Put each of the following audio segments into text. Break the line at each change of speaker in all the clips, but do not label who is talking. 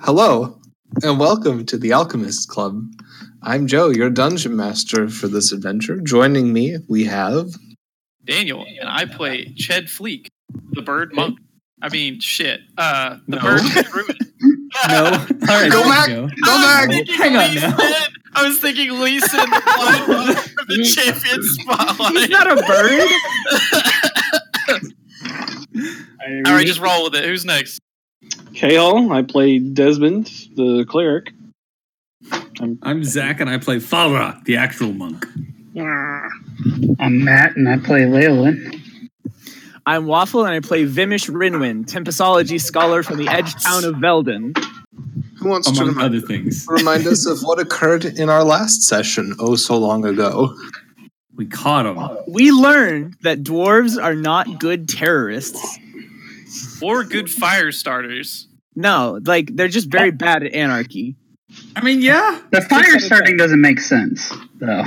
Hello, and welcome to the Alchemists Club. I'm Joe, your dungeon master for this adventure. Joining me, we have.
Daniel, and I play Ched Fleek, the bird monk. I mean, shit. Uh, the
No.
bird druid.
No. All right.
Go
there we
back.
Go.
Go
I was
back.
thinking
Hang on
Leeson.
now.
I was thinking Leeson, the blind monk from the champion spotlight.
a bird.
All right, just roll with it. Who's next?
Cahill, I play Desmond, the cleric.
I'm Zach, and I play Falrock, the actual monk.
I'm Matt, and I play Leyland.
I'm Waffle, and I play Vimish Rinwin, Tempestology scholar from the edge town of Veldon.
Who wants to
Among
remind,
other things,
remind us of what occurred in our last session oh so long ago?
we caught him.
We learned that dwarves are not good terrorists.
Or good fire starters.
No, like they're just very bad at anarchy.
I mean, yeah.
The fire starting doesn't make sense, though.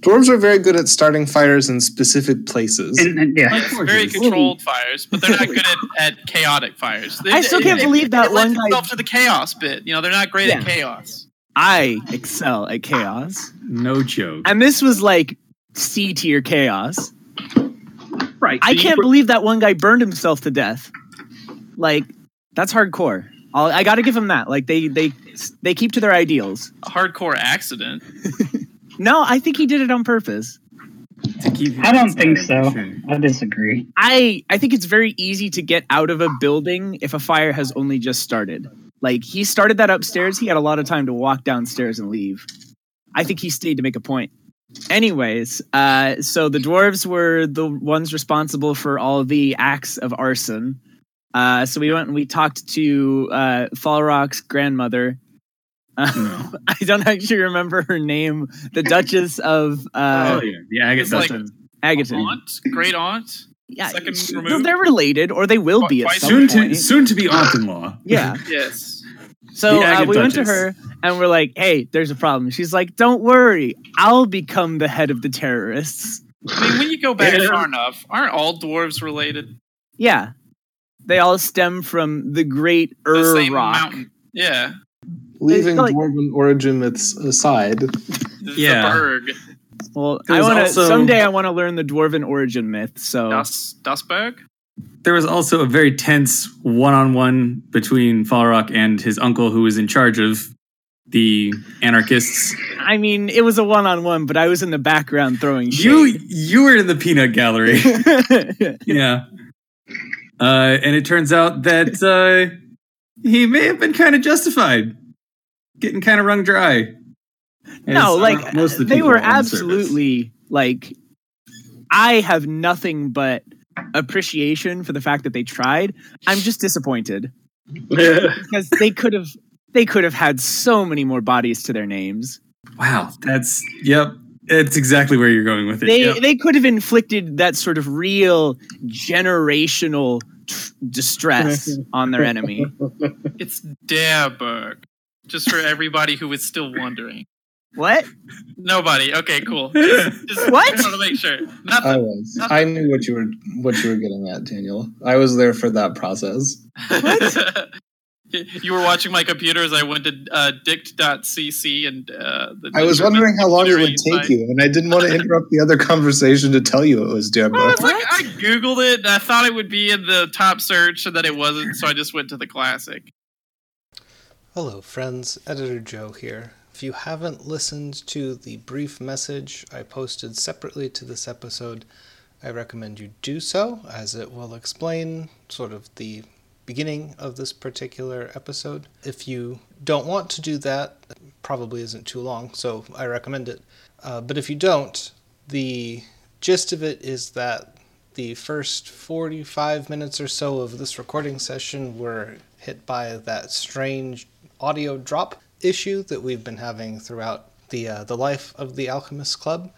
Dwarves are very good at starting fires in specific places.
And, and yeah,
Of course
Very
it is.
controlled fires, but they're not good at, at chaotic fires. They-
I still
they-
can't
they-
believe that
they lend
one guy-
themselves to the chaos bit. You know, they're not great at
Yeah.
chaos.
I excel at chaos,
No joke.
and this was like C tier chaos.
right.
I can't believe that one guy burned himself to death. Like that's hardcore. I'll, I got to give them that. Like they they they keep to their ideals.
A hardcore accident.
No, I think he did it on purpose.
To keep
I don't think
Sure.
so. I disagree.
I I think it's very easy to get out of a building if a fire has only just started. Like he started that upstairs, he had a lot of time to walk downstairs and leave. I think he stayed to make a point. Anyways, uh, so the dwarves were the ones responsible for all the acts of arson. Uh, so we went and we talked to uh, Falrock's grandmother.
No.
I don't actually remember her name. The Duchess of uh,
oh, yeah. The agate
It's like-
doesn't-
Agaton.
Aunt, great aunt.
Yeah,
Second
sh-
removed?
they're related, or they will be at
Twice
some
soon to
point.
soon to be aunt in law.
yeah.
Yes.
So
The
uh,
Agate
we went to
Duchess.
her and we're like, "Hey, there's a problem." She's like, "Don't worry, I'll become the head of the terrorists."
I mean, when you go back
Yeah.
far enough, aren't all dwarves related?
Yeah, they all stem from the Great
The
Ur
same
Rock.
mountain. Yeah.
Leaving
like-
dwarven origin myths aside,
The
Yeah.
Berg.
Well, I
There's
want to
also-
someday. I want to learn the dwarven origin myth.
Oh.
So
Das, Dasberg?
There was also a very tense one-on-one between Falrock and his uncle, who was in charge of the anarchists.
I mean, it was a one-on-one, but I was in the background throwing
You
shit.
you were in the peanut gallery. yeah. Uh, and it turns out that uh, he may have been kind of justified, getting kind of wrung dry.
no,
As
like
most of the
they
people
were
on the service.
absolutely like. I have nothing but appreciation for the fact that they tried. I'm just disappointed because they could have they could have had so many more bodies to their names.
Wow, that's yep. That's exactly where you're going with it.
They
yep.
they could have inflicted that sort of real generational tr- distress on their enemy.
It's Daberg. Just for everybody who was still wondering.
What?
Nobody. Okay, cool. Just, just
What?
Just want to make sure.
I
Nothing.
was. I knew what you were what you were getting at, Daniel. I was there for that process.
What?
you were watching my computer as I went to uh, dict.cc and uh, the,
I was wondering how long it would take
Sorry.
you, and I didn't want to interrupt the other conversation to tell you it was
Well,
Deborah.
it's like I googled it and I thought it would be in the top search and then it wasn't, so I just went to the classic.
Hello, friends. Editor Joe here. If you haven't listened to the brief message I posted separately to this episode, I recommend you do so, as it will explain sort of the beginning of this particular episode. If you don't want to do that, it probably isn't too long, so I recommend it. Uh, but if you don't, the gist of it is that the first 45 minutes or so of this recording session were hit by that strange audio drop issue that we've been having throughout the uh, the life of the Alchemist Club.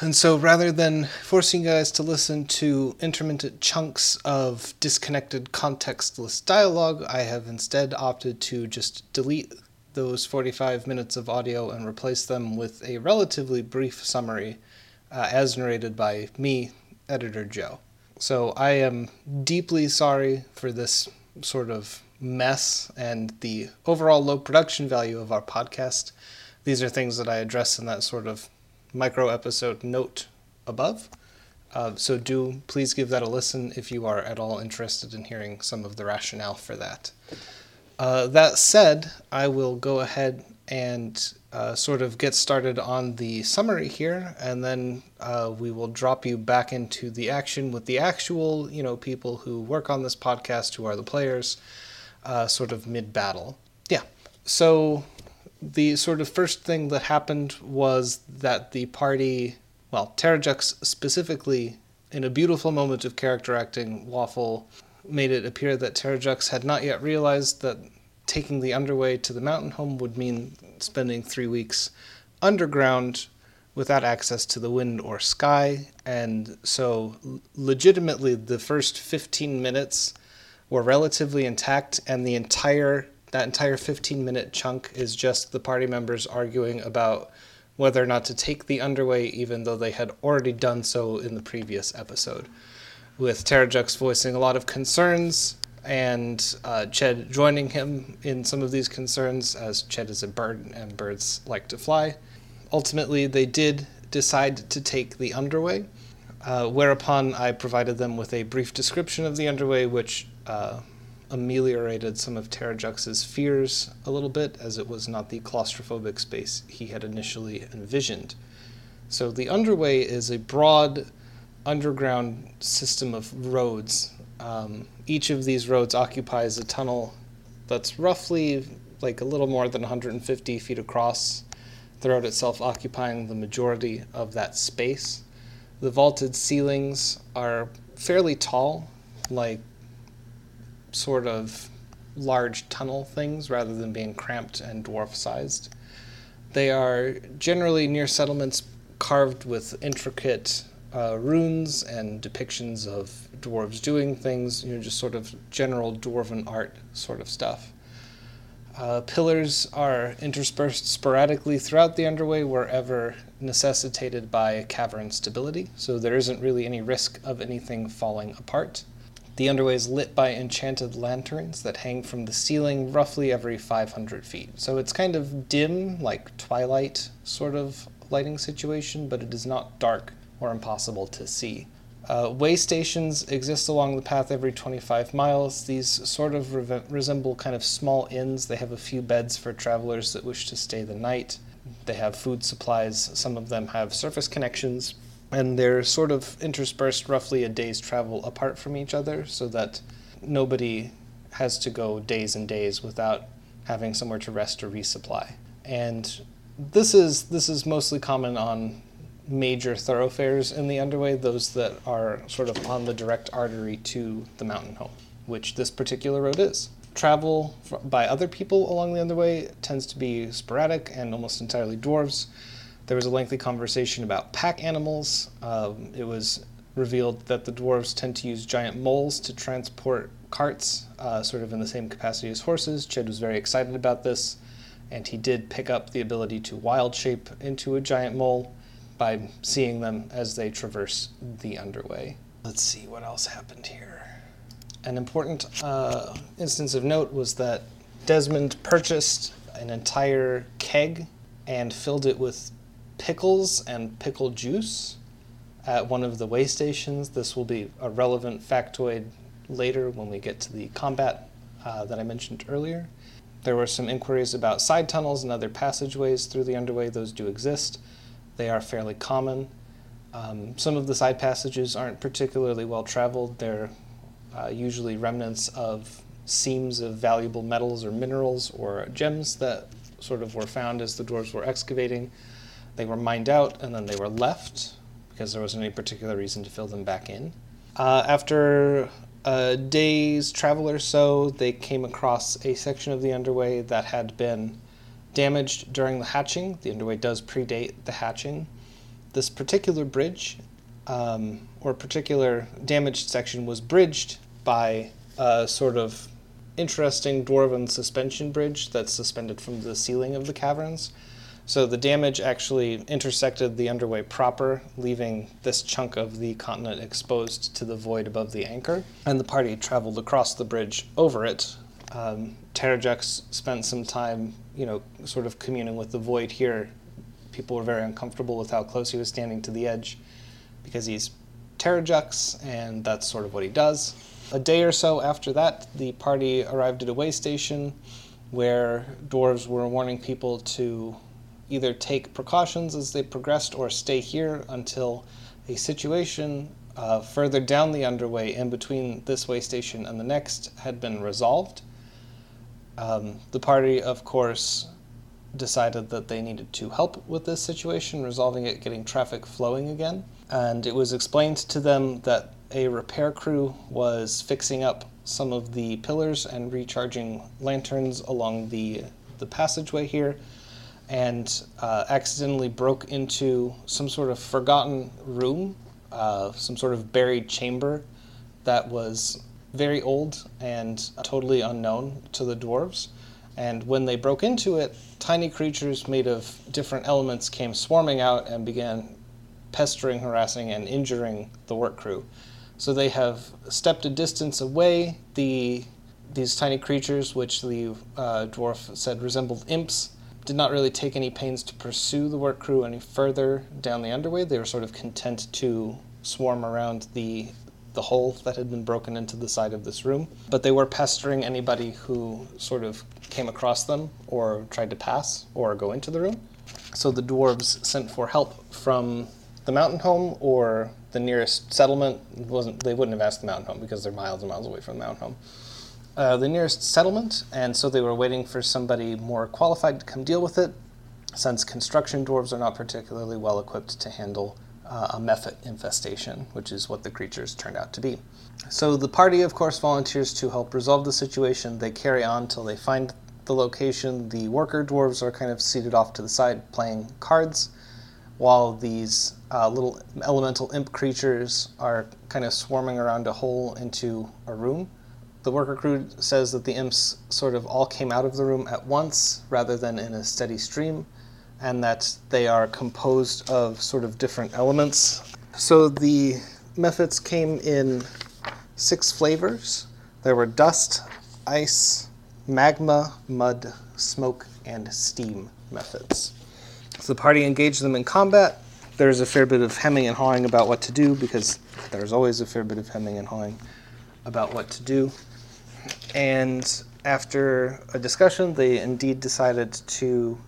And so rather than forcing you guys to listen to intermittent chunks of disconnected contextless dialogue, I have instead opted to just delete those 45 minutes of audio and replace them with a relatively brief summary uh, as narrated by me, editor Joe. So I am deeply sorry for this sort of mess and the overall low production value of our podcast. These are things that I address in that sort of micro episode note above. Uh, so do please give that a listen if you are at all interested in hearing some of the rationale for that. Uh, that said, I will go ahead and uh, sort of get started on the summary here, and then uh, we will drop you back into the action with the actual, you know, people who work on this podcast, who are the players, uh, sort of mid battle. Yeah. So the sort of first thing that happened was that the party, well, Terrajux specifically, in a beautiful moment of character acting, Waffle made it appear that Terrajux had not yet realized that taking the underway to the mountain home would mean spending three weeks underground without access to the wind or sky. And so, l- legitimately, the first 15 minutes were relatively intact, and the entire that entire 15 minute chunk is just the party members arguing about whether or not to take the underway, even though they had already done so in the previous episode with Terrajux voicing a lot of concerns and uh, Ched joining him in some of these concerns, as Ched is a bird and birds like to fly. Ultimately, they did decide to take the underway, uh, whereupon I provided them with a brief description of the underway, which uh, ameliorated some of Terrajux's fears a little bit, as it was not the claustrophobic space he had initially envisioned. So, the underway is a broad underground system of roads. Um, each of these roads occupies a tunnel that's roughly like a little more than 150 feet across, the road itself occupying the majority of that space. The vaulted ceilings are fairly tall, like sort of large tunnel things rather than being cramped and dwarf sized. They are generally near settlements carved with intricate uh, runes and depictions of dwarves doing things, you know, just sort of general dwarven art sort of stuff. Uh, pillars are interspersed sporadically throughout the underway wherever necessitated by cavern stability, so there isn't really any risk of anything falling apart. The underway is lit by enchanted lanterns that hang from the ceiling roughly every 500 feet. So it's kind of dim, like twilight sort of lighting situation, but it is not dark or impossible to see. Uh, way stations exist along the path every 25 miles. These sort of re- resemble kind of small inns. They have a few beds for travelers that wish to stay the night. They have food supplies. Some of them have surface connections and they're sort of interspersed roughly a day's travel apart from each other so that nobody has to go days and days without having somewhere to rest or resupply. And this is this is mostly common on major thoroughfares in the underway, those that are sort of on the direct artery to the mountain home, which this particular road is. Travel fr- by other people along the underway tends to be sporadic and almost entirely dwarves. There was a lengthy conversation about pack animals. Um, it was revealed that the dwarves tend to use giant moles to transport carts, uh, sort of in the same capacity as horses. Ched was very excited about this, and he did pick up the ability to wild shape into a giant mole by seeing them as they traverse the underway. Let's see what else happened here. An important uh, instance of note was that Desmond purchased an entire keg and filled it with pickles and pickle juice at one of the way stations. This will be a relevant factoid later when we get to the combat uh, that I mentioned earlier. There were some inquiries about side tunnels and other passageways through the underway. Those do exist. They are fairly common. Um, some of the side passages aren't particularly well traveled. They're uh, usually remnants of seams of valuable metals or minerals or gems that sort of were found as the dwarves were excavating. They were mined out and then they were left because there wasn't any particular reason to fill them back in. Uh, after a day's travel or so, they came across a section of the underway that had been damaged during the hatching. The underway does predate the hatching. This particular bridge, um, or particular damaged section, was bridged by a sort of interesting dwarven suspension bridge that's suspended from the ceiling of the caverns. So the damage actually intersected the underway proper, leaving this chunk of the continent exposed to the void above the anchor. And the party traveled across the bridge over it, um, Terrajex spent some time, you know, sort of communing with the void here. People were very uncomfortable with how close he was standing to the edge because he's Terrajux, and that's sort of what he does. A day or so after that, the party arrived at a way station where dwarves were warning people to either take precautions as they progressed or stay here until a situation uh, further down the underway in between this way station and the next had been resolved. Um, the party, of course, decided that they needed to help with this situation, resolving it, getting traffic flowing again. And it was explained to them that a repair crew was fixing up some of the pillars and recharging lanterns along the the passageway here, and uh, accidentally broke into some sort of forgotten room, uh, some sort of buried chamber that was very old and totally unknown to the dwarves. And when they broke into it, tiny creatures made of different elements came swarming out and began pestering, harassing, and injuring the work crew. So they have stepped a distance away. The these tiny creatures, which the uh, dwarf said resembled imps, did not really take any pains to pursue the work crew any further down the underway. They were sort of content to swarm around the the hole that had been broken into the side of this room. But they were pestering anybody who sort of came across them or tried to pass or go into the room. So the dwarves sent for help from the mountain home or the nearest settlement. It wasn't they wouldn't have asked the mountain home because they're miles and miles away from the mountain home. Uh, the nearest settlement, and so they were waiting for somebody more qualified to come deal with it, since construction dwarves are not particularly well equipped to handle uh, a mephit infestation, which is what the creatures turned out to be. So the party, of course, volunteers to help resolve the situation. They carry on till they find the location. The worker dwarves are kind of seated off to the side playing cards, while these uh, little elemental imp creatures are kind of swarming around a hole into a room. The worker crew says that the imps sort of all came out of the room at once rather than in a steady stream, and that they are composed of sort of different elements. So the methods came in six flavors there were dust, ice, magma, mud, smoke, and steam methods. So the party engaged them in combat. There's a fair bit of hemming and hawing about what to do because there's always a fair bit of hemming and hawing about what to do. And after a discussion, they indeed decided to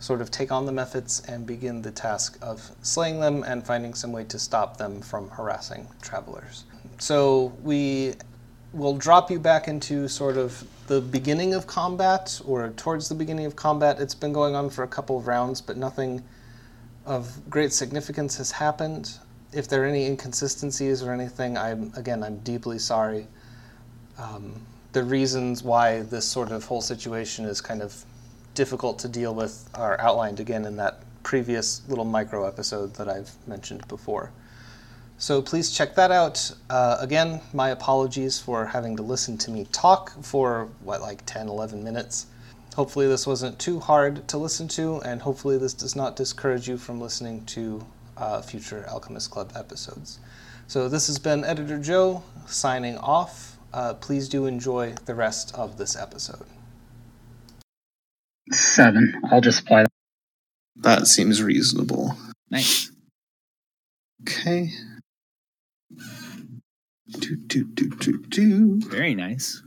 sort of take on the methods and begin the task of slaying them and finding some way to stop them from harassing travelers. So we will drop you back into sort of the beginning of combat or towards the beginning of combat. It's been going on for a couple of rounds, but nothing of great significance has happened. If there are any inconsistencies or anything, I'm again I'm deeply sorry. Um, the reasons why this sort of whole situation is kind of difficult to deal with are outlined again in that previous little micro episode that I've mentioned before. So please check that out. Uh, again, my apologies for having to listen to me talk for, what, like 10, 11 minutes. Hopefully, this wasn't too hard to listen to, and hopefully, this does not discourage you from listening to uh, future Alchemist Club episodes. So, this has been Editor Joe signing off. Uh, please do enjoy the rest of this episode.
Seven. I'll just apply that.
That seems reasonable.
Nice.
Okay. Do, do, do, do, do.
Very nice.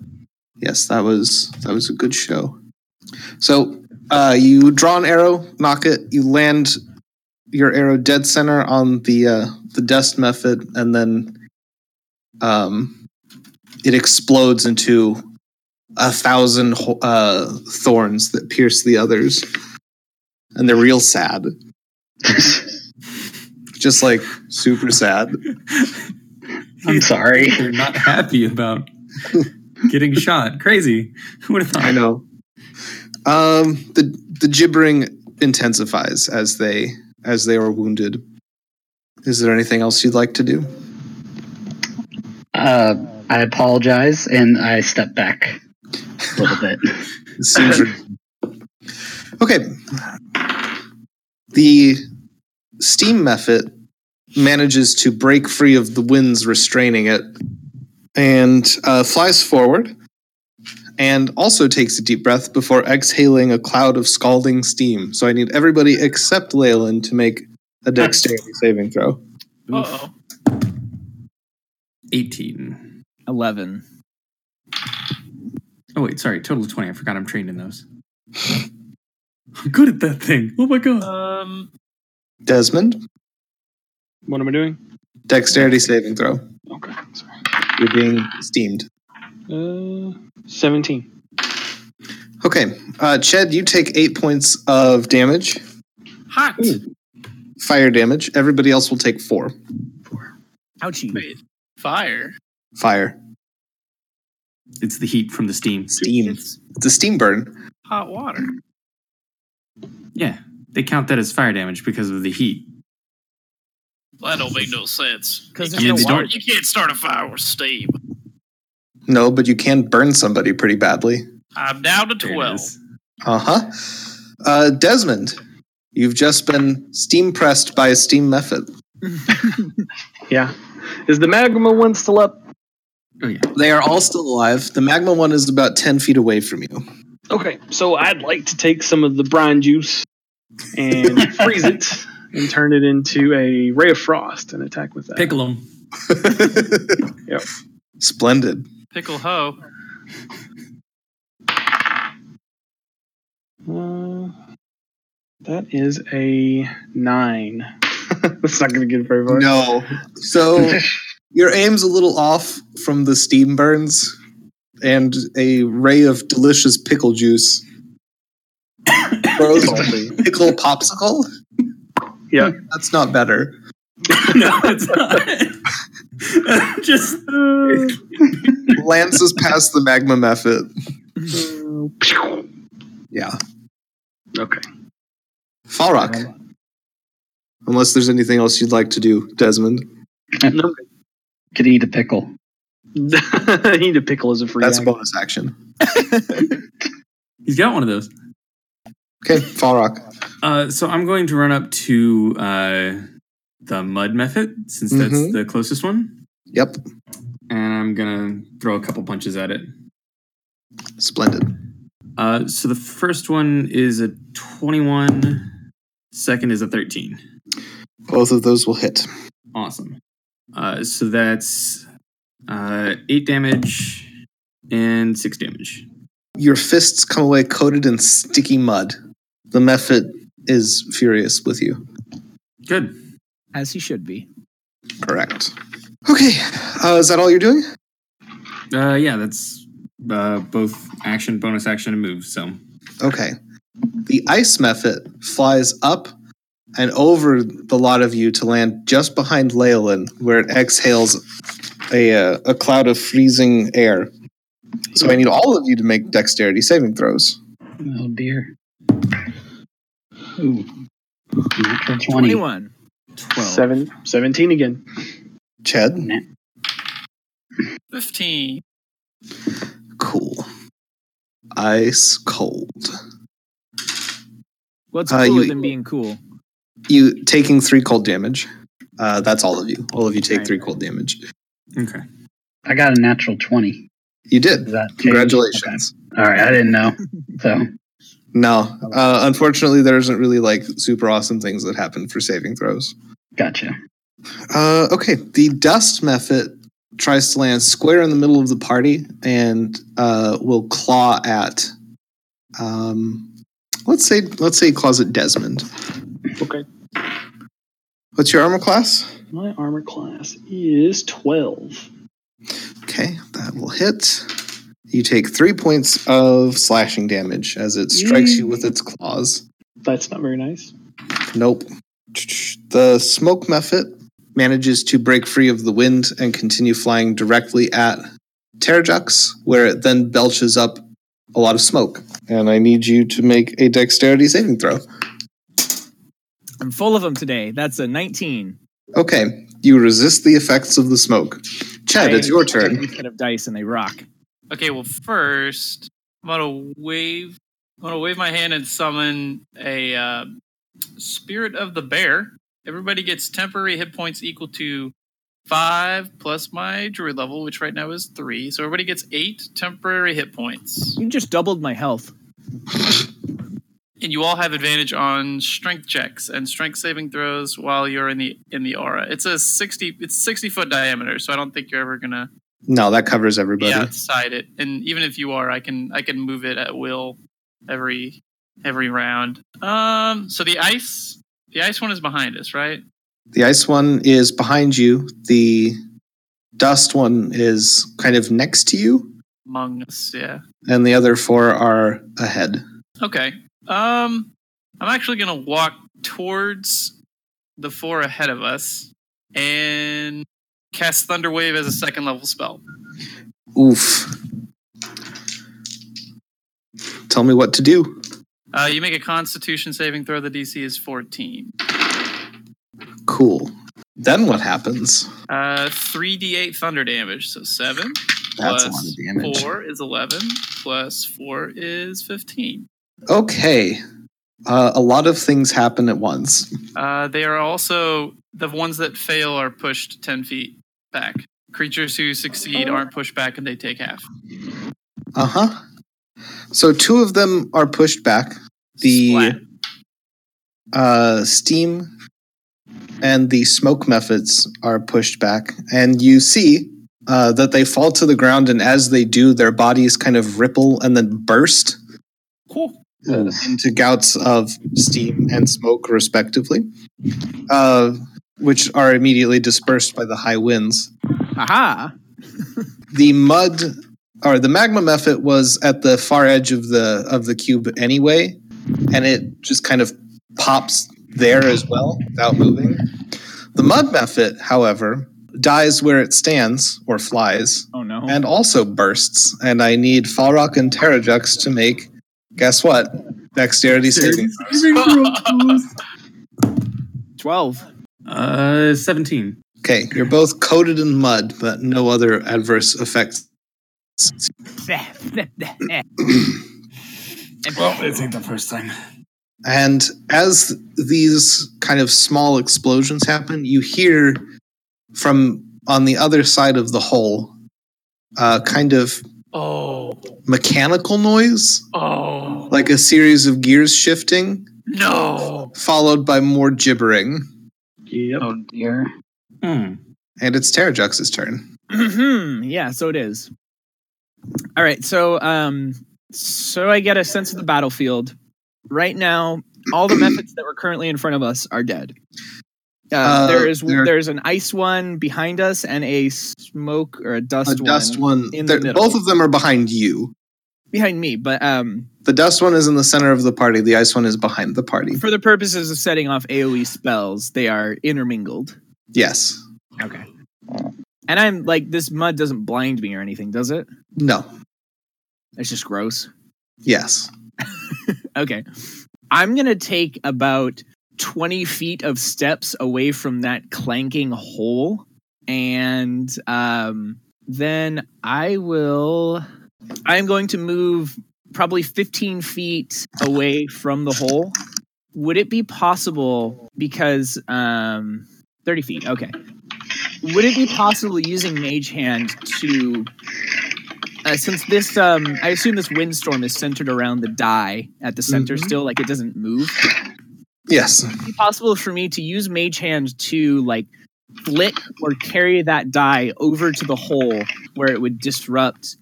Yes, that was that was a good show. So uh, you draw an arrow, knock it, you land your arrow dead center on the uh, the dust method, and then um, it explodes into a thousand ho- uh, thorns that pierce the others, and they're real sad, just like super sad.
I'm sorry.
They're not happy about getting shot. Crazy. Who would have thought?
I know. Um, the the gibbering intensifies as they as they are wounded. Is there anything else you'd like to do?
Uh, I apologize, and I step back a little bit.
It seems okay. The steam method manages to break free of the winds restraining it and uh, flies forward and also takes a deep breath before exhaling a cloud of scalding steam. So I need everybody except Leyland to make a dexterity saving throw.
Uh-oh.
18.
11.
Oh, wait, sorry. Total of 20. I forgot I'm trained in those. I'm good at that thing. Oh my god.
Um,
Desmond,
What am I doing?
dexterity saving throw.
Okay, sorry.
You're being steamed.
Uh, 17.
Okay, uh, Ched, you take eight points of damage,
hot.
Hmm.
fire damage. Everybody else will take four
Ouchie.
Wait, fire.
fire,
It's the heat from the steam.
steam.
It's
It's a steam burn.
hot water.
Yeah. They count that as fire damage because of the heat.
That don't make no sense.
'Cause
You
there's
can't
no
start-
water.
You can't start a fire with steam.
No, but you can burn somebody pretty badly.
I'm down to
There it
twelve.
is.
Uh-huh. Uh Desmond, you've just been steam pressed by a steam method.
Yeah. Is the magma one still up?
Oh, yeah.
They are all still alive. The magma one is about ten feet away from you.
Okay, so I'd like to take some of the brine juice and freeze it and turn it into a ray of frost and attack with that.
Pickle them.
Yep.
Splendid.
Pickle hoe.
Uh, that is a nine. That's not going to get very far.
No. So your aim's a little off from the steam burns and a ray of delicious pickle juice. grows pickle popsicle?
Yeah.
That's not better.
no, it's not. Just
Lances past the magma method. Yeah.
Okay. Um,
Falrock. Unless there's anything else you'd like to do, Desmond.
No,
Could eat a pickle.
I need a pickle as a free
That's a
action.
bonus action.
he's got one of those.
Okay, Falrock.
Uh, so I'm going to run up to uh, the mud method since that's
Mhm.
the closest one,
Yep.
and I'm gonna throw a couple punches at it.
Splendid.
Uh, so the first one is a 21, second is a 13.
Both of those will hit.
Awesome. Uh, so that's uh, eight damage and six damage.
Your fists come away coated in sticky mud. The method is furious with you.
Good.
As he should be.
Correct. Okay. Uh, is that all you're doing?
Uh, yeah, that's uh, both action, bonus action, and move. So
Okay. The ice method flies up and over the lot of you to land just behind Leyland, where it exhales a, uh, a cloud of freezing air. So I need all of you to make dexterity saving throws.
Oh dear. Ooh. Natural 20.
21.
12.
Seven, 17 again.
Ched?
Fifteen.
Cool. Ice cold.
Well, it's
Uh,
cooler
you-
than being cool.
You taking three cold damage. Uh, that's all of you. All of you take
Right.
three cold damage.
Okay.
I got a natural 20.
You did.
Does that change?
Congratulations.
Okay. All right. I didn't know. So,
No, uh, unfortunately, there isn't really like super awesome things that happen for saving throws.
gotcha.
Uh, okay, the dust method tries to land square in the middle of the party and uh, will claw at, um, let's say, let's say, he claws at Desmond.
Okay.
What's your armor class?
My armor class is 12.
Okay, that will hit. You take three points of slashing damage as it strikes you with its claws.
That's not very nice.
Nope. The smoke method manages to break free of the wind and continue flying directly at Terrajux, where it then belches up a lot of smoke. And I need you to make a dexterity saving throw.
I'm full of them today. That's a 19.
Okay, you resist the effects of the smoke. Chad, it's your turn.
Instead of dice and they rock.
Okay, well, first I'm gonna wave. I'm gonna wave my hand and summon a uh, spirit of the bear. Everybody gets temporary hit points equal to five plus my druid level, which right now is three. So everybody gets eight temporary hit points.
You just doubled my health.
and you all have advantage on strength checks and strength saving throws while you're in the in the aura. It's a sixty it's sixty foot diameter, so I don't think you're ever gonna
No, that covers
be
everybody.
outside it. And even if you are, I can I can move it at will every every round. Um, so the ice the ice one is behind us, right?
The ice one is behind you. The dust one is kind of next to you,
Among us, yeah.
and the other four are ahead.
Okay. Um, I'm actually gonna walk towards the four ahead of us and cast Thunder Wave as a second level spell.
Oof. Tell me what to do.
Uh, you make a Constitution saving throw. The DC is 14.
Cool. Then what happens?
Uh, 3d8 thunder damage. So seven
That's a lot
Plus
of damage.
four is 11 plus four is 15.
Okay. Uh, a lot of things happen at once.
Uh, they are also the ones that fail are pushed 10 feet back. Creatures who succeed aren't pushed back and they take half.
Uh huh. So two of them are pushed back. The-
Splat.
uh, steam and the smoke methods are pushed back, and you see uh, that they fall to the ground, and as they do, their bodies kind of ripple and then burst
Cool.
into gouts of steam and smoke, respectively, uh, which are immediately dispersed by the high winds.
Aha!
The mud or the magma method was at the far edge of the of the cube anyway, and it just kind of pops there as well without moving. The mud method, however, dies where it stands or flies,
Oh no.
and also bursts. And I need Falrock and Terrajux to make guess what? Dexterity saving.
Twelve.
Uh, 17.
Okay, you're both coated in mud, but no other adverse effects.
Well, it ain't the first time.
And as these kind of small explosions happen, you hear from on the other side of the hole uh, kind of
Oh.
mechanical noise,
Oh.
like a series of gears shifting,
No.
followed by more gibbering.
Yep.
Oh dear.
Hmm.
And it's Terrajux's turn.
Mhm. yeah, so it is. All right, so um, so I get a sense of the battlefield. Right now, all the methods that were currently in front of us are dead. Uh,
Uh,
there is
there-
there's an ice one behind us and a smoke or a
The
dust,
dust one,
in
they're-
the middle.
both of them are behind you.
behind me. But um,
The dust one is in the center of the party. The ice one is behind the party.
for the purposes of setting off AOE spells, they are intermingled.
Yes.
Okay. And I'm like, this mud doesn't blind me or anything, does it?
No.
It's just gross.
Yes.
Okay. I'm going to take about 20 feet of steps away from that clanking hole. And um, then I will. I'm going to move probably 15 feet away from the hole. Would it be possible because. Um, 30 feet, okay. Would it be possible using Mage Hand to uh, since this um i assume this windstorm is centered around the die at the center still like it doesn't move
Yes.
Would it be possible for me to use mage hand to like flick or carry that die over to the hole where it would disrupt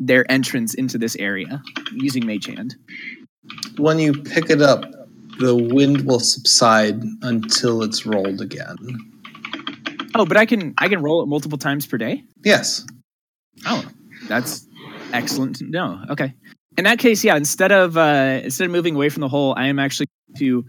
their entrance into this area using mage hand
when you pick it up, the wind will subside until it's rolled again.
oh but i can i can roll it multiple times per day
Yes.
Oh, that's excellent to know. Okay. In that case, yeah, instead of uh, instead of moving away from the hole, I am actually to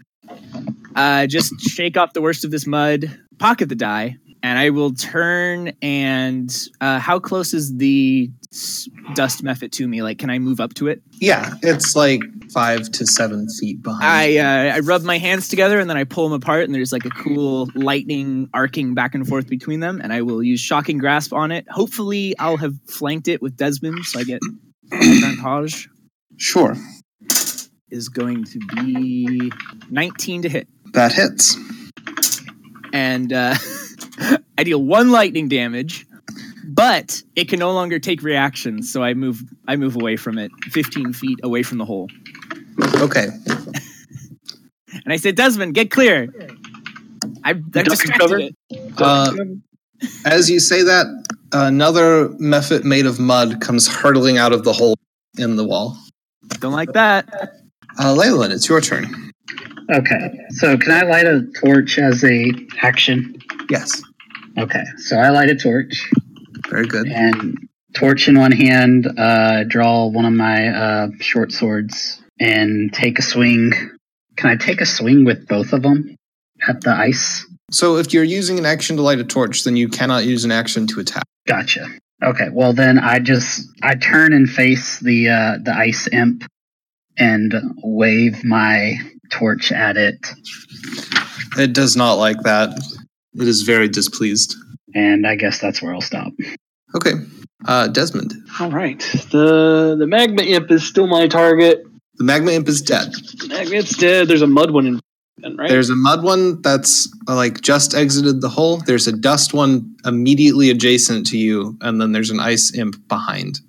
uh, just shake off the worst of this mud, pocket the die, and I will turn and uh, how close is the s- dust method to me? Like, can I move up to it?
Yeah, it's like five to seven feet behind.
I uh, I rub my hands together and then I pull them apart, and there's like a cool lightning arcing back and forth between them. And I will use shocking grasp on it. Hopefully, I'll have flanked it with Desmond, so I get advantage.
sure.
Is going to be 19 to hit,
That hits.
and uh, I deal one lightning damage, but it can no longer take reactions, so I move I move away from it, fifteen feet away from the hole.
Okay.
And I say, Desmond, get clear. I, I've distracted
cover?
it.
Uh, as you say that, another mephit made of mud comes hurtling out of the hole in the wall.
Don't like that.
Uh, Leyland, it's your turn.
Okay, so can I light a torch as a action?
Yes.
Okay, so I light a torch
Very good.
and torch in one hand, uh, draw one of my uh, short swords and take a swing. Can I take a swing with both of them at the ice?
So if you're using an action to light a torch, then you cannot use an action to attack.
Gotcha. Okay, well then I just I turn and face the uh, the ice imp and wave my torch at it,
It does not like that. It is very displeased.
and I guess that's where I'll stop.
Okay. Uh, Desmond,
All right. The the magma imp is still my target.
the magma imp is dead.
The magma imp's dead. There's a mud one in then, right?
There's a mud one that's uh, like just exited the hole. There's a dust one immediately adjacent to you, and then there's an ice imp behind.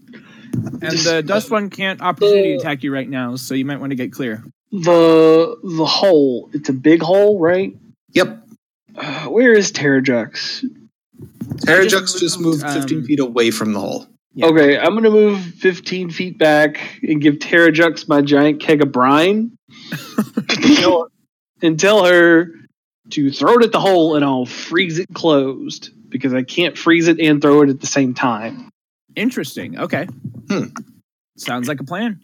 And the dust one can't opportunity attack you right now, so you might want to get clear.
the the hole. It's a big hole, right?
Yep.
Uh, where is Terrajax?
Terrajux
just
just, moved
moved,
15
um,
feet away from the hole.
Yeah.
Okay, I'm gonna move 15 feet back and give Terrajux my giant keg of brine, and tell- and tell her to throw it at the hole, and I'll freeze it closed because I can't freeze it and throw it at the same time.
Interesting. Okay.
Hmm.
Sounds like a plan.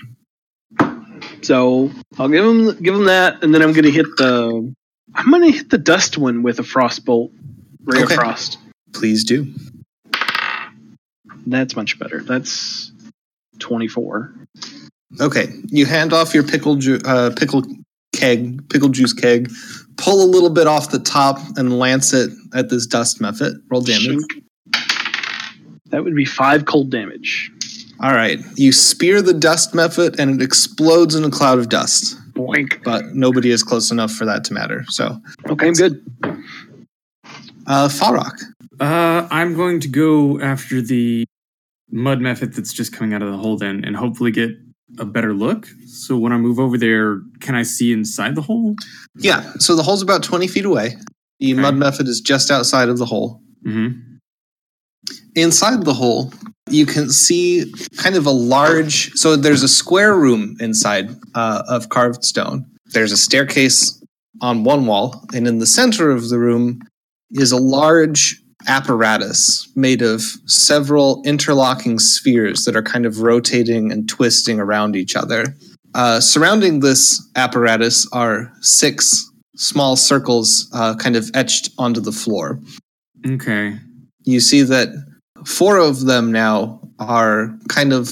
So I'll give him give him that, and then I'm gonna hit the I'm gonna hit the dust one with a frost bolt, ray
Okay.
of frost.
Please do.
That's much better. That's 24.
Okay, you hand off your pickle ju- uh, pickle keg, pickle juice keg, pull a little bit off the top and lance it at this dust method. Roll damage.
That would be five cold damage.
All right, you spear the dust method and it explodes in a cloud of dust,
Boink.
but nobody is close enough for that to matter. So,
Okay, I'm good.
uh, Farrock,
Uh, I'm going to go after the mud method that's just coming out of the hole then and hopefully get a better look. So when I move over there, can I see inside the hole?
yeah. So the hole's about twenty feet away. The
Okay.
mud method is just outside of the hole.
Mm-hmm.
inside the hole you can see kind of a large so there's a square room inside uh, of carved stone there's a staircase on one wall and in the center of the room is a large apparatus made of several interlocking spheres that are kind of rotating and twisting around each other uh, surrounding this apparatus are six small circles uh, kind of etched onto the floor
Okay.
you see that four of them now are kind of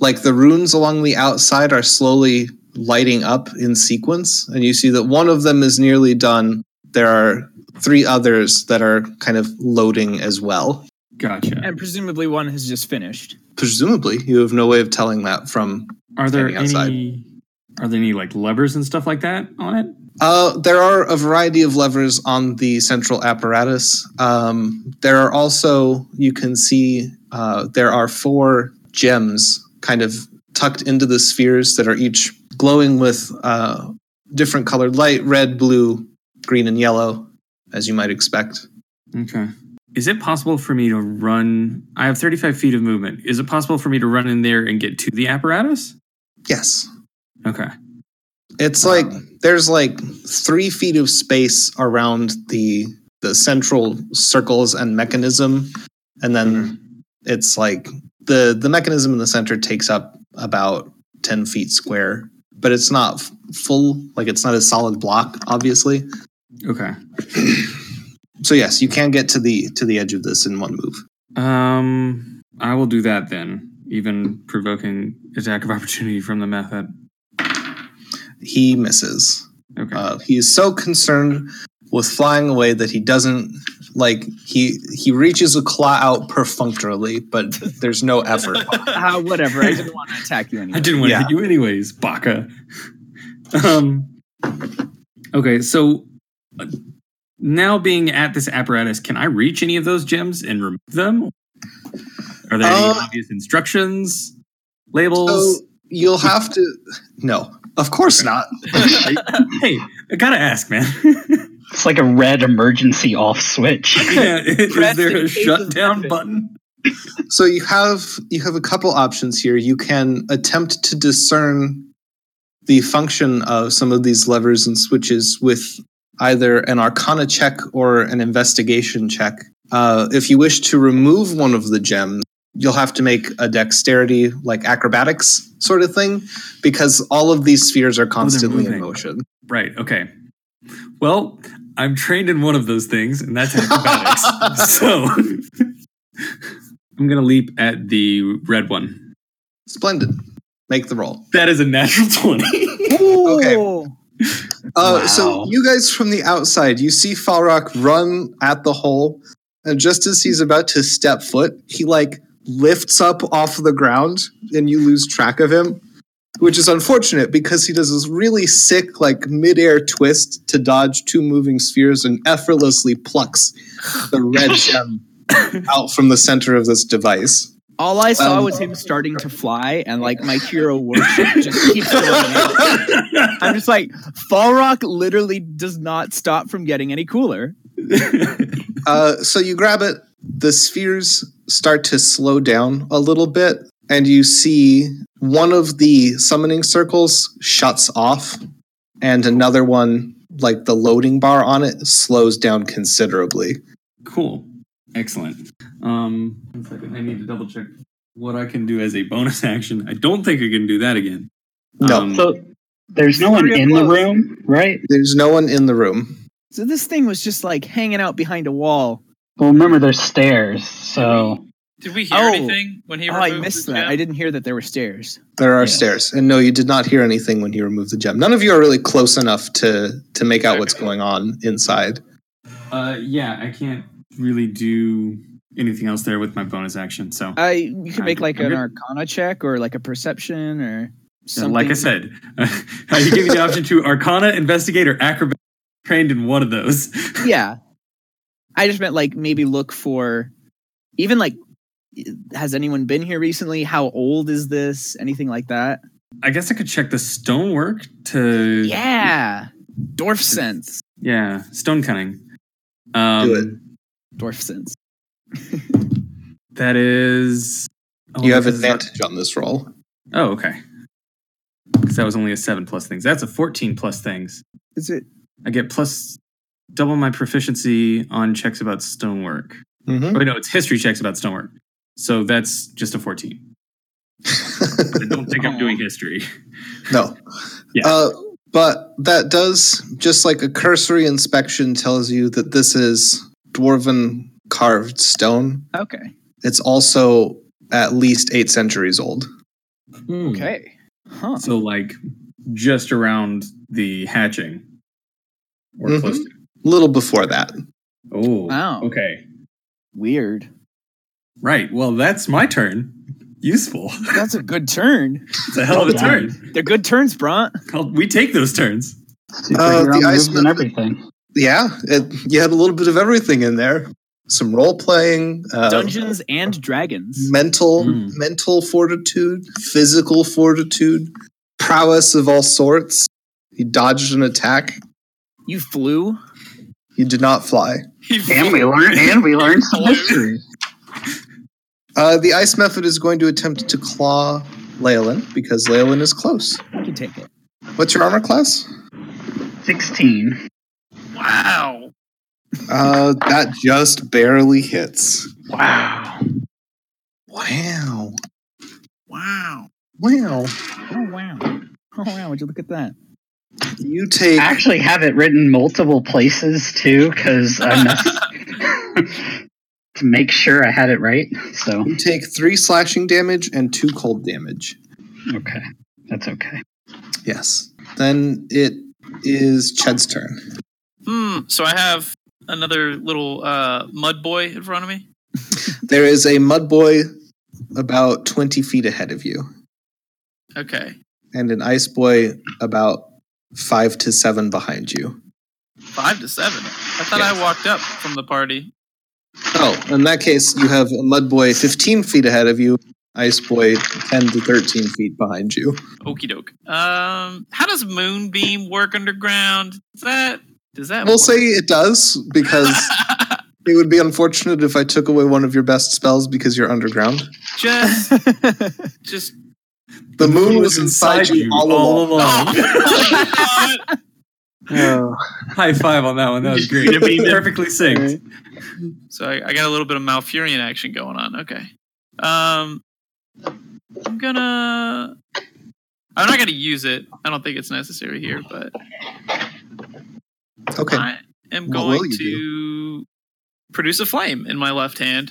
like the runes along the outside are slowly lighting up in sequence and you see that one of them is nearly done there are three others that are kind of loading as well
Gotcha.
And presumably one has just finished.
presumably you have no way of telling that from
Are there
standing outside.
any are there any like levers and stuff like that on it?
Uh, there are a variety of levers on the central apparatus. Um, there are also, you can see, uh, there are four gems kind of tucked into the spheres that are each glowing with uh, different colored light red, blue, green, and yellow, as you might expect.
Okay. Is it possible for me to run? I have 35 feet of movement. Is it possible for me to run in there and get to the apparatus?
Yes.
Okay.
It's like there's like three feet of space around the the central circles and mechanism, and then it's like the the mechanism in the center takes up about ten feet square, but it's not f- full. Like it's not a solid block, obviously.
Okay.
So yes, you can get to the to the edge of this in one move.
Um, I will do that then. Even provoking attack of opportunity from the method.
He misses.
Okay.
Uh, he is so concerned with flying away that he doesn't like he he reaches a claw out perfunctorily, but there's no effort.
Ah, whatever. I didn't want to attack you
I
anyway.
didn't want
yeah.
to hit you anyways, Baka. um. Okay, so uh, now being at this apparatus, can I reach any of those gems and remove them? Are there any
Uh,
obvious instructions, labels?
So you'll have to. No, of course not.
hey, I gotta ask, man.
It's like a red emergency off switch.
yeah, is
Press
there
in
a
case of
shutdown
emergency.
button?
So you have you have a couple options here. You can attempt to discern the function of some of these levers and switches with either an Arcana check or an Investigation check. Uh, if you wish to remove one of the gems, you'll have to make a Dexterity, like acrobatics sort of thing, because all of these spheres are constantly in
moving.
motion.
Right. Okay. Well, I'm trained in one of those things, and that's acrobatics. so I'm gonna leap at the red one.
Splendid. Make the roll.
That is a natural twenty.
Okay.
Ooh.
Uh,
Wow.
So you guys from the outside, you see Falrock run at the hole, and just as he's about to step foot, he like lifts up off the ground, and you lose track of him, which is unfortunate because he does this really sick like midair twist to dodge two moving spheres and effortlessly plucks the red gem out from the center of this device.
All I saw
Um,
was him starting to fly, and like my hero worship just keeps going. I'm just like, Fall Rock literally does not stop from getting any cooler.
Uh, so you grab it. The spheres start to slow down a little bit, and you see one of the summoning circles shuts off, and another one, like the loading bar on it, slows down considerably.
cool. Excellent. Um, one second. I need to double check what I can do as a bonus action. I don't think I can do that again.
No.
Um,
So there's no one in the room, right?
There's no one in the room.
So this thing was just like hanging out behind a wall.
Well, remember there's stairs, so
Did we hear
Oh.
anything when he
Oh,
removed
I missed
the
that.
gem?
I didn't hear that there were stairs.
There are
Yeah.
stairs, and no, you did not hear anything when you removed the gem. None of you are really close enough to to make out what's going on inside.
Uh, yeah, I can't really do anything else there with my bonus action. So,
I you can make like an
Okay.
Arcana check or like a perception or
Yeah,
something.
like I said, you gave me the option to Arcana, Investigate, or Acrobat. Trained in one of those.
yeah. I just meant like maybe look for, even like, has anyone been here recently? How old is this? Anything like that?
I guess I could check the stonework to
Yeah. Dwarf sense.
yeah stone cutting. Um,
Do it.
Dwarf sense.
That is. oh,
you have
because it's-
advantage on this roll.
Oh, okay. Because that was only a seven plus things. That's a fourteen plus things.
Is it?
I get plus double my proficiency on checks about stonework.
hmm
Oh, wait, no, it's history checks about stonework. So that's just a fourteen. I don't think I'm
Oh.
doing history.
No.
Yeah.
Uh, but that does just like a cursory inspection tells you that this is dwarven carved stone.
Okay.
It's also at least eight centuries old. Hmm.
Hmm.
Okay. Huh.
So like just around the hatching. Or
Mhm.
close to.
A little before that.
Oh.
Wow.
Okay.
Weird.
Right. Well, that's my turn. Useful.
That's a good turn.
It's a hell of a
Yeah.
turn.
They're good turns, Bront.
I'll- we take those turns.
superhero
the
moves
Iceman-
and everything.
Yeah, it, you had a little bit of everything in there. Some role playing, uh,
Dungeons and Dragons.
mental
Mm.
mental fortitude, physical fortitude, prowess of all sorts. You dodged an attack.
You flew.
You did not fly.
He
And we learn and we learn some history.
Uh, the ice method is going to attempt to claw Leyland because Leyland is close.
You can take it.
What's your armor class?
Sixteen.
Wow.
Uh, that just barely hits.
Wow.
Wow.
Wow.
Wow.
Oh wow. Oh wow. Would you look at that?
You take.
I actually have it written multiple places too, because I must to make sure I had it right. So
You take three slashing damage and two cold damage.
okay, that's okay.
Yes. Then it is Ched's turn.
Hmm. So I have another little uh, mud boy in front of me.
There is a mud boy about 20 feet ahead of you,
Okay.
and an ice boy about five to seven behind you.
five to seven. I thought I walked up from the party.
Oh, in that case, you have a mud boy 15 feet ahead of you, ice boy 10 to 13 feet behind you.
Okie doke. Um, how does moonbeam work underground? Is that does that?
We'll
work?
say it does because it would be unfortunate if I took away one of your best spells because you're underground.
just, just.
The moon was inside you all along.
Oh, my God.
High five on that one. That was great. Perfectly synced.
So I, I got a little bit of Malfurion action going on. Okay. Um, I'm gonna. I'm not gonna use it. I don't think it's necessary here, but
Okay.
I am
What will
going
you
to produce a flame in my left hand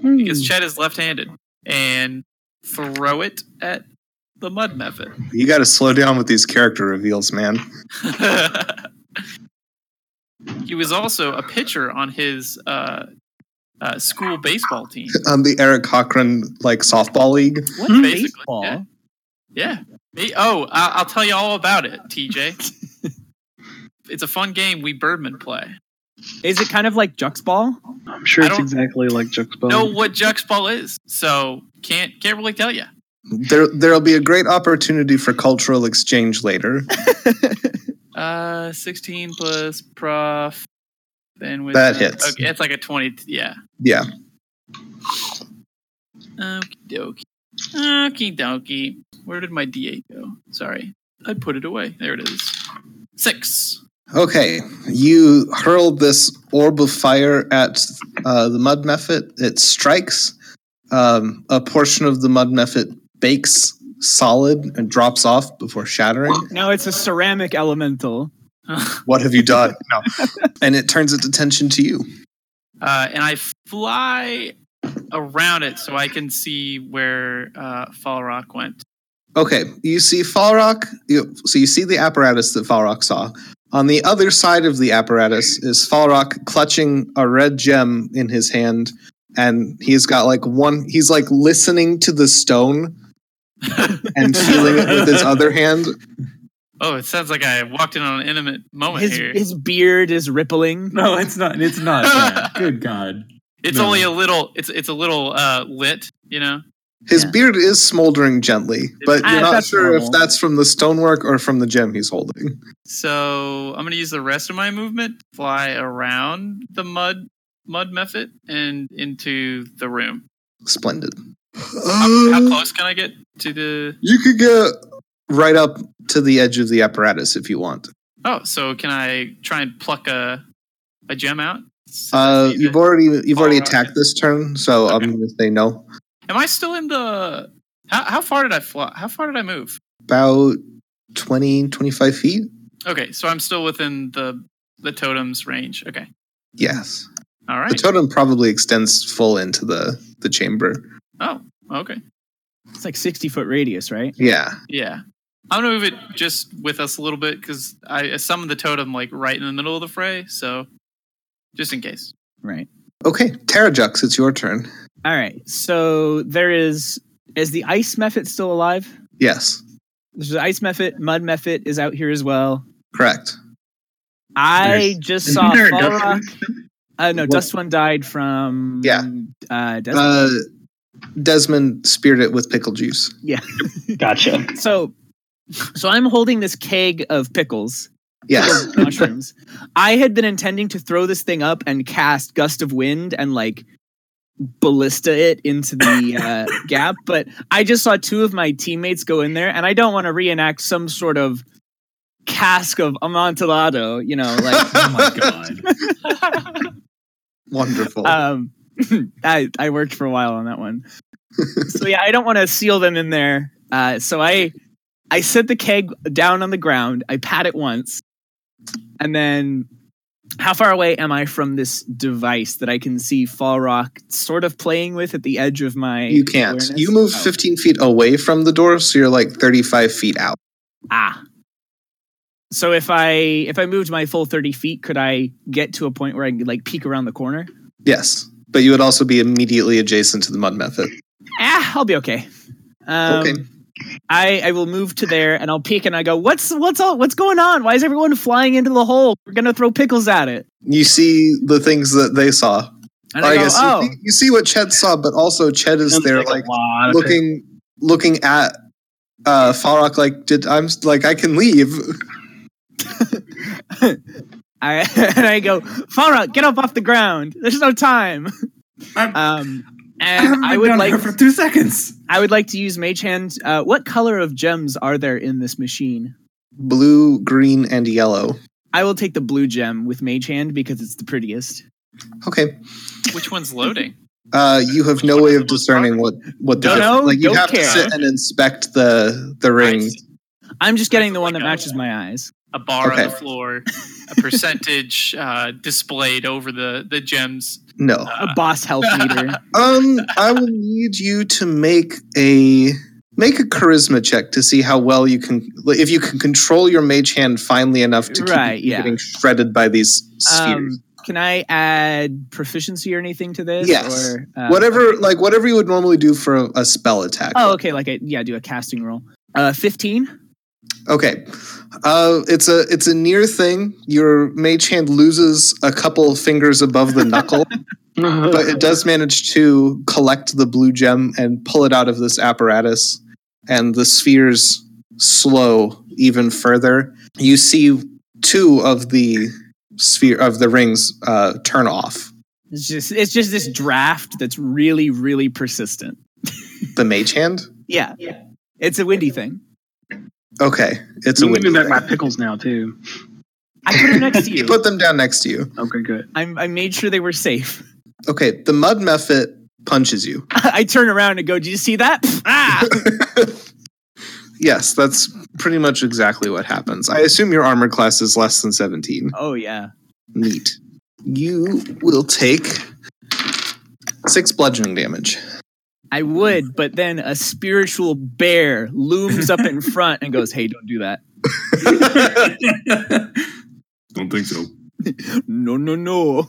because
Hmm.
Chet is left-handed and throw it at the mud method.
You got to slow down with these character reveals, man.
he was also a pitcher on his uh, uh, school baseball team.
On Um, the Eric Cochran like softball league.
What
Basically,
baseball?
yeah. Yeah. Me- oh, I- I'll tell you all about it, TJ. it's a fun game we Birdmen play.
Is it kind of like Juxball?
I'm sure
I
it's
don't-
exactly like Juxbone.
Know what Juxball is, so can't can't really tell you.
There, there'll be a great opportunity for cultural exchange later.
Uh, sixteen plus prof. Then with
That
uh,
hits.
Okay, it's like a twenty. Yeah.
Yeah,
Okie dokie. Okie dokie. Where did my D8 go? Sorry. I put it away. There it is. Six.
Okay, you hurl this orb of fire at uh, the mud mephit. It strikes. Um, a portion of the mud mephit bakes solid and drops off before shattering.
Now it's a ceramic elemental.
Uh,
What have you done? No. And it turns its attention to you.
Uh, and I fly around it so I can see where uh, Fall Rock went.
Okay, you see Falrock. You, so you see the apparatus that Falrock saw. On the other side of the apparatus is Falrock clutching a red gem in his hand, and he's got like one. He's like listening to the stone and feeling it with his other hand.
Oh, it sounds like I walked in on an intimate moment
His
here.
his beard is rippling.
No, it's not. It's not. that. Good God.
it's
no.
only a little. It's it's a little uh, lit, you know.
His
Yeah.
beard is smoldering gently, but
Ah,
you're not
that's
sure
normal.
if that's from the stonework or from the gem he's holding.
So I'm gonna use the rest of my movement, fly around the mud mud method and into the room.
Splendid. Um,
How
Uh.
close can I get to the?
You could get right up to the edge of the apparatus if you want.
Oh, so can I try and pluck a a gem out? Since I
Uh,
see
you've
that-
already you've
Oh,
already
okay.
attacked this turn, so I'm
Okay.
going to say no.
Am I still in the? How, how far did I fly? How far did I move?
About 20, 25 feet.
Okay, so I'm still within the the totem's range. Okay,
Yes,
all
the
right.
totem probably extends full into the the chamber.
Oh, okay.
It's like sixty foot radius, right?
Yeah,
Yeah, I'm gonna move it just with us a little bit because I I summoned the totem like right in the middle of the fray, so just in case.
Right.
Okay, Terrajux, it's your turn.
All right. So there is is the ice method still alive?
Yes,
There's the ice method. Mud method is out here as well.
correct.
I
There's-
just saw
Isn't there a
Fall
dust
Rock. Uh, no,
What-
Dust One died from
Yeah.
Uh, Des-
Uh, Desmond speared it with pickle juice.
Gotcha.
so, so I'm holding this keg of pickles.
Yes,
mushrooms. I had been intending to throw this thing up and cast gust of wind and like ballista it into the uh, gap, but I just saw two of my teammates go in there, and I don't want to reenact some sort of cask of amontillado, you know, like.
Oh my God.
wonderful.
um, I I worked for a while on that one, so yeah, I don't want to seal them in there. Uh, so I I set the keg down on the ground. I pat it once, and then how far away am I from this device that I can see Fall Rock sort of playing with at the edge of my?
you can't.
awareness?
You move
Oh.
15 feet away from the door, so you're like 35 feet out.
Ah. So if I if I moved my full thirty feet, could I get to a point where I could like peek around the corner?
Yes, but you would also be immediately adjacent to the mud method.
Ah, I'll be okay. Um,
Okay.
I, I will move to there and I'll peek and I go, what's what's all what's going on? Why is everyone flying into the hole? We're gonna throw pickles at it.
You see the things that they saw.
And I,
I
go,
guess
oh,
you, see, you see what Ched saw, but also Ched is
Sounds
there,
a
like
lot of things.
looking looking at uh Farrakh. Like, did I'm like I can leave?
I, and I go, Farah, get up off the ground. There's no time.
I'm,
Um,
I haven't
and I
been
would
down here
like
for two seconds.
I would like to use Mage Hand. Uh, what color of gems are there in this machine?
Blue, green, and yellow.
I will take the blue gem with Mage Hand because it's the prettiest.
Okay.
Which one's loading?
Uh, you have no way of discerning what what the
Don't know,
like. You
don't
have to
care.
sit and inspect the the ring.
I'm just getting the one that
Like a-
matches my eyes.
A bar
Okay.
on the floor, a percentage uh, displayed over the the gems.
No.
A boss health meter.
Um, I will need you to make a make a charisma check to see how well you can if you can control your mage hand finely enough to keep you
Right,
from
yeah.
getting shredded by these spheres.
Um, can I add proficiency or anything to this?
Yes.
Or, uh,
whatever, like whatever you would normally do for a, a spell attack.
Oh, okay. Like I yeah, do a casting roll. Uh, fifteen.
Okay. Uh, it's a it's a near thing. Your mage hand loses a couple fingers above the knuckle, but it does manage to collect the blue gem and pull it out of this apparatus, and the spheres slow even further. You see two of the sphere of the rings uh, turn off.
It's just it's just this draft that's really really persistent.
The mage hand.
Yeah. Yeah. It's a windy thing.
Okay, it's a
I'm giving
windy.
back my
thing.
pickles now too.
I put them next to you.
Put them down next to you.
Okay, good.
i I made sure they were safe.
Okay, the mud mephit punches you.
I turn around and go, "Did you see that?" Pfft, ah!
Yes, that's pretty much exactly what happens. I assume your armor class is less than 17.
oh yeah.
Neat. You will take six bludgeoning damage.
I would, but then a spiritual bear looms up in front and goes, "Hey, don't do that."
Don't think so.
No, no, no.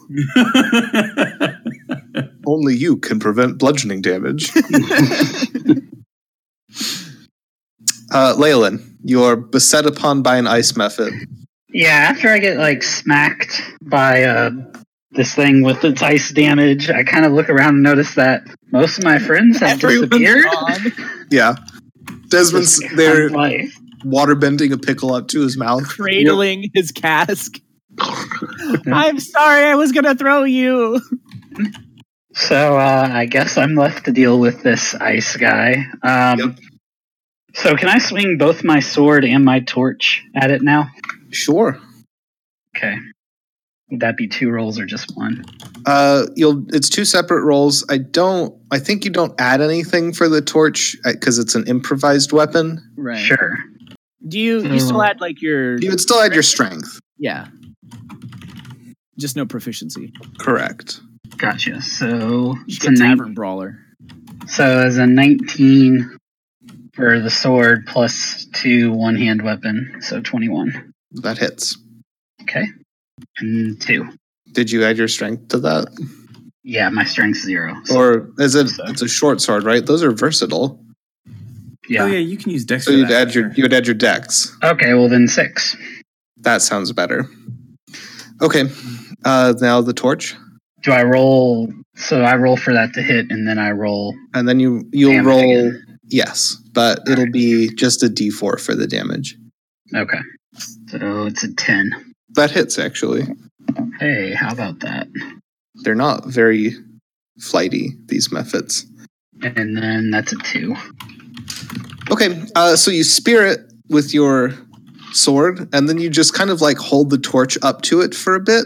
Only you can prevent bludgeoning damage. uh, Leyland, you are beset upon by an ice method.
Yeah, after I get like smacked by uh, this thing with its ice damage, I kind of look around and notice that most of my friends have
Everyone's
disappeared.
gone.
Yeah. Desmond's there
I'm like,
waterbending a pickle up to his mouth.
cradling his cask. I'm sorry, I was gonna throw you.
So uh, I guess I'm left to deal with this ice guy. Um,
Yep.
So can I swing both my sword and my torch at it now?
Sure.
Okay. Would that be two rolls or just one?
Uh, you'll it's two separate rolls. I don't. I think you don't add anything for the torch because it's an improvised weapon.
Right.
Sure.
Do you you still add like your
You would still add your strength.
yeah? Just no proficiency.
Correct.
Gotcha. So
You should
it's a
get
nine-
tavern brawler.
so as a nineteen for the sword plus two one hand weapon, so twenty one.
That hits.
Okay. And two.
Did you add your strength to that,
Yeah, my strength's zero. So,
or is it? It's a short sword, right? Those are versatile.
yeah.
Oh yeah, you can use Dex.
So
for
you'd
that,
add your
sure.
you would add your dex.
Okay, well then six.
That sounds better. Okay. Uh, now the torch,
Do I roll so I roll for that to hit and then I roll
and then you you'll
Damage
roll.
again.
Yes, but it'll be just a d4 for the damage.
Okay. So it's a 10.
That hits actually.
Hey, how about that?
They're not very flighty. These methods.
And then that's a 2.
Okay, uh, so you spear it with your sword, and then you just kind of like hold the torch up to it for a bit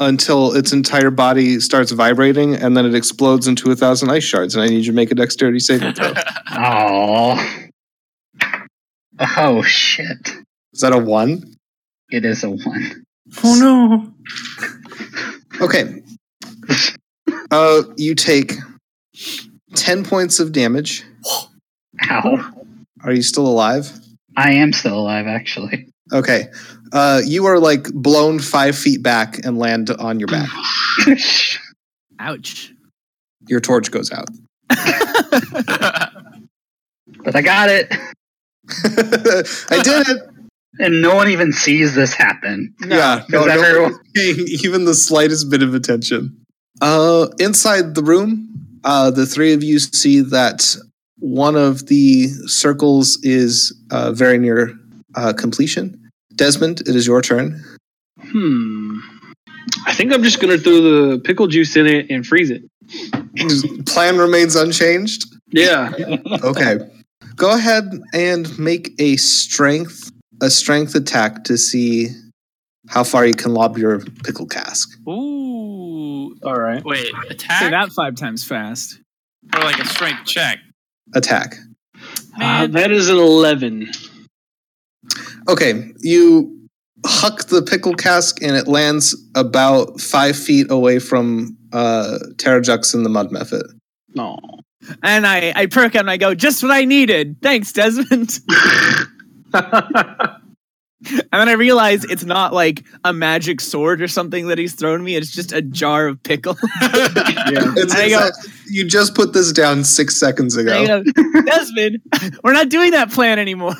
until its entire body starts vibrating, and then it explodes into a thousand ice shards. And I need you to make a dexterity saving throw.
Oh. Oh shit.
Is that a one?
It is a 1.
Oh no.
Okay. Uh, you take ten points of damage.
Ow.
Are you still alive?
I am still alive actually.
Okay. Uh, you are like blown five feet back and land on your back.
Ouch.
Your torch goes out.
But I got it,
I did it.
and no one even sees this happen.
yeah, no,
Because
no
everyone-
one paying even the slightest bit of attention. Uh, inside the room, uh, the three of you see that one of the circles is uh, very near uh, completion. Desmond, it is your turn.
Hmm. I think I'm just gonna throw the pickle juice in it and freeze it.
Plan remains unchanged.
Yeah.
Okay, go ahead and make a strength a strength attack to see how far you can lob your pickle cask.
Ooh.
All right.
Wait,
Say
attack
that five times fast.
or like a strength check?
Attack.
Uh,
Man.
that is an eleven.
Okay, you huck the pickle cask and it lands about five feet away from uh, Terrajux and the mud method.
No.
And I, I perk up and I go, just what I needed. Thanks, Desmond. and then I realize it's not like a magic sword or something that he's thrown me. It's just a jar of pickle.
Yeah.
It's
I go-
exact- you just put this down six seconds
And I
ago.
go, Desmond, we're not doing that plan anymore.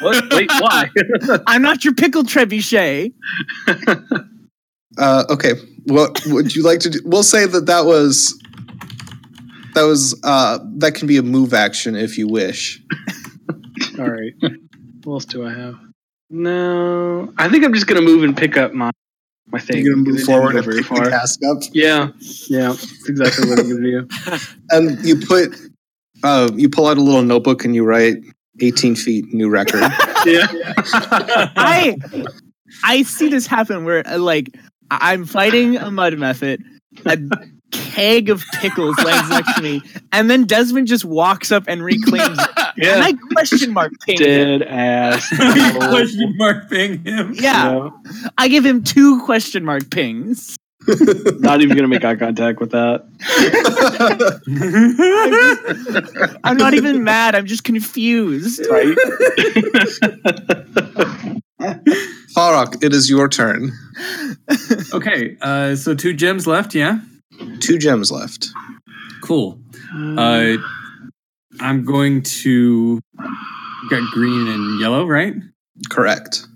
What? Wait, why?
I'm not your pickle trebuchet.
Uh, okay, what would you like to do? We'll say that that was that was uh, that can be a move action if you wish.
All right. What else do I have? No. I think I'm just gonna move and pick up my my thing.
You're gonna
'cause
move
it didn't
forward
go
and
very
pick the
far.
cask up,
Yeah. Yeah. That's exactly what I'm gonna do.
and you put uh, you pull out a little notebook and you write 18 feet new record.
Yeah.
I I see this happen where uh, like I- I'm fighting a mud method, a keg of pickles lands next to me, and then Desmond just walks up and reclaims. it. And
yeah.
I question mark ping. him.
Dead ass.
Question mark ping him.
Yeah,
No.
I give him two question mark pings.
Not even gonna make eye contact with that.
I'm not even mad. I'm just confused.
Right.
Farok, it is your turn.
okay, uh, so two gems left. Yeah,
Two gems left.
cool.
Mm.
Uh, I'm going to you got green and yellow, right?
Correct.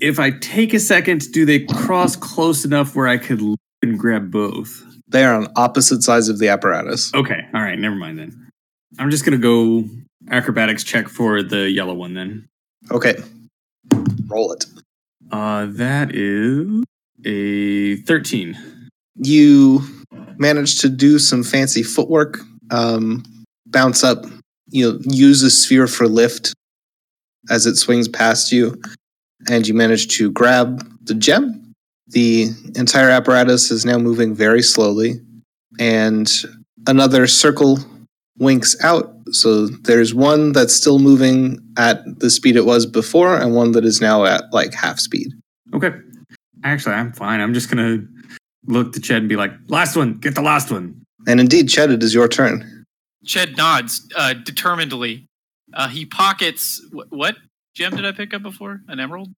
If I take a second, do they cross close enough where I could leap and grab both?
They are on opposite sides of the apparatus.
Okay, all right, never mind then. I'm just gonna go acrobatics check for the yellow one then.
Okay. Roll it.
Uh, that is a 13.
You manage to do some fancy footwork, um, bounce up, you know, use a sphere for lift as it swings past you, and you manage to grab the gem. The entire apparatus is now moving very slowly, and another circle winks out. So there's one that's still moving at the speed it was before, and one that is now at like half speed.
Okay. Actually, I'm fine. I'm just gonna look to Ched and be like, last one, get the last one.
And indeed, Chet, it is your turn.
Ched nods uh, determinedly. Uh, he pockets wh- what gem did I pick up before? An emerald?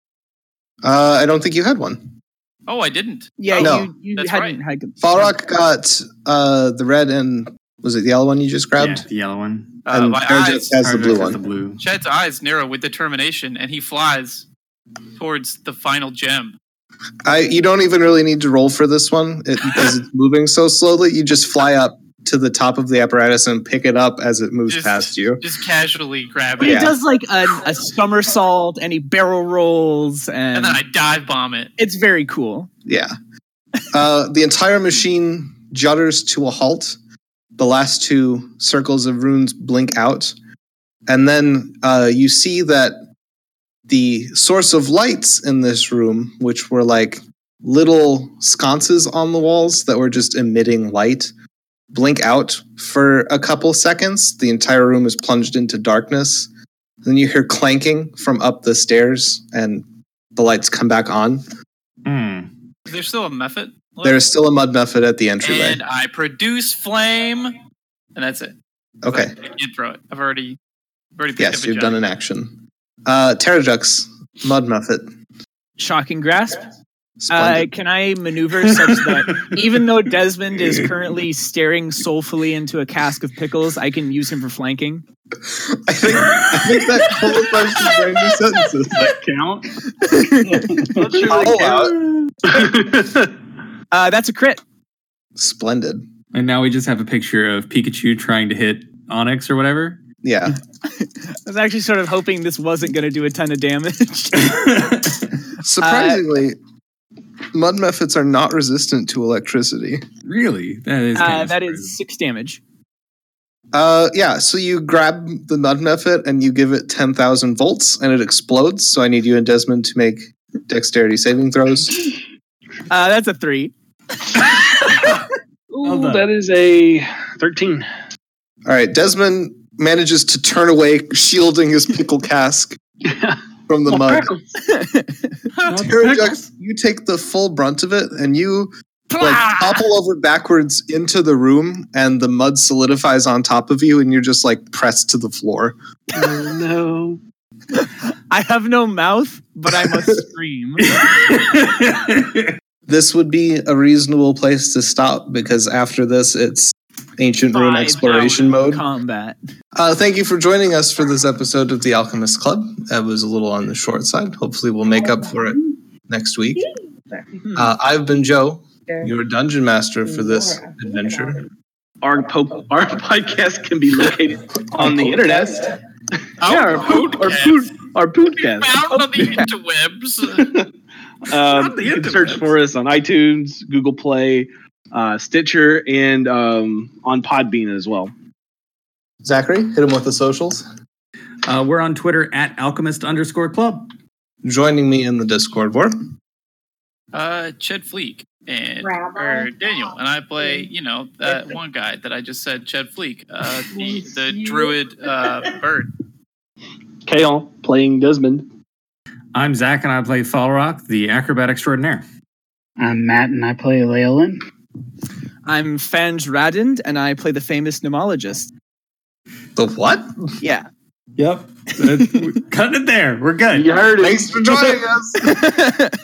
Uh, I don't think you had one.
Oh, I didn't.
Yeah,
No.
you, you
That's
hadn't had
Falrock got uh, the red and was it the yellow one you just grabbed?
Yeah, the yellow one.
Uh,
and
my
Terrajux
eyes,
has the
Or
blue
is it
one.
The blue.
Ched's eyes narrow with determination, and he flies towards the final gem.
I you don't even really need to roll for this one it, because it's moving so slowly. You just fly up to the top of the apparatus and pick it up as it moves
Just-
past you.
Just casually grab
But
it,
he
Yeah.
does like a, a somersault and he barrel rolls, and,
and then I dive bomb it.
it's very cool.
Yeah. Uh, the entire machine judders to a halt. The last two circles of runes blink out. And then uh, you see that the source of lights in this room, which were like little sconces on the walls that were just emitting light, blink out for a couple seconds. The entire room is plunged into darkness. Then you hear clanking from up the stairs, and the lights come back on.
Hmm.
Is there still a method? left?
There is still a mud method at the entryway.
and I produce flame, and that's it.
Okay.
I can't throw it. I've already, I've already picked up
Yes,
a
you've
gem.
done an action. Uh, Terrajux, mud method.
Shocking grasp. Uh,
Splendid.
can I maneuver such that even though Desmond is currently staring soulfully into a cask of pickles, I can use him for flanking?
I, think, I think that qualifies for brand new sentences.
That
Hmm.
count?
All out.
Uh, that's a crit.
Splendid.
And now we just have a picture of Pikachu trying to hit Onyx or whatever.
Yeah.
I was actually sort of hoping this wasn't going to do a ton of damage.
Surprisingly, mud methods are not resistant to electricity.
really? That is. kind
uh,
of
that
surprising.
is six damage.
Uh, yeah, so you grab the mud method and you give it 10,000 volts and it explodes. So I need you and Desmond to make dexterity saving throws.
Uh, that's a three.
Well
Ooh,
done.
that is a 13.
All right, Desmond manages to turn away, shielding his pickle cask from the mud. Terrajux, you take the full brunt of it and you like topple over backwards into the room and the mud solidifies on top of you and you're just like pressed to the floor.
Oh, no.
I have no mouth, but I must scream.
This would be a reasonable place to stop because after this it's ancient rune
Five
exploration
hours
mode.
of Combat.
Uh, thank you for joining us for this episode of the Alchemist Club. That was a little on the short side. Hopefully, we'll make up for it next week. Uh, I've been Joe, your dungeon master for this adventure.
Our, po- our podcast can be located on the internet.
Our
yeah, our poot, our
podcast.
poot, our podcast.
Found on the interwebs.
Um,
the
you can
internet.
search for us on iTunes, Google Play, uh, Stitcher, and um, on Podbean as well.
Zachary, hit him with the socials.
Uh, we're on Twitter at alchemist underscore club.
Joining me in the Discord war.
Uh, Ched Fleek and
Rabbi.
or Daniel, and I play you know that one guy that I just said, Ched Fleek, uh, the the druid uh, bird.
Kale playing Desmond.
I'm Zach, and I play Falrock, the acrobat extraordinaire.
I'm Matt and I play Leolin.
I'm Fanj Radend, and I play the famous nomologist.
The what?
Yeah.
Yep. Cutting it there. We're good.
You heard it.
Thanks for joining us.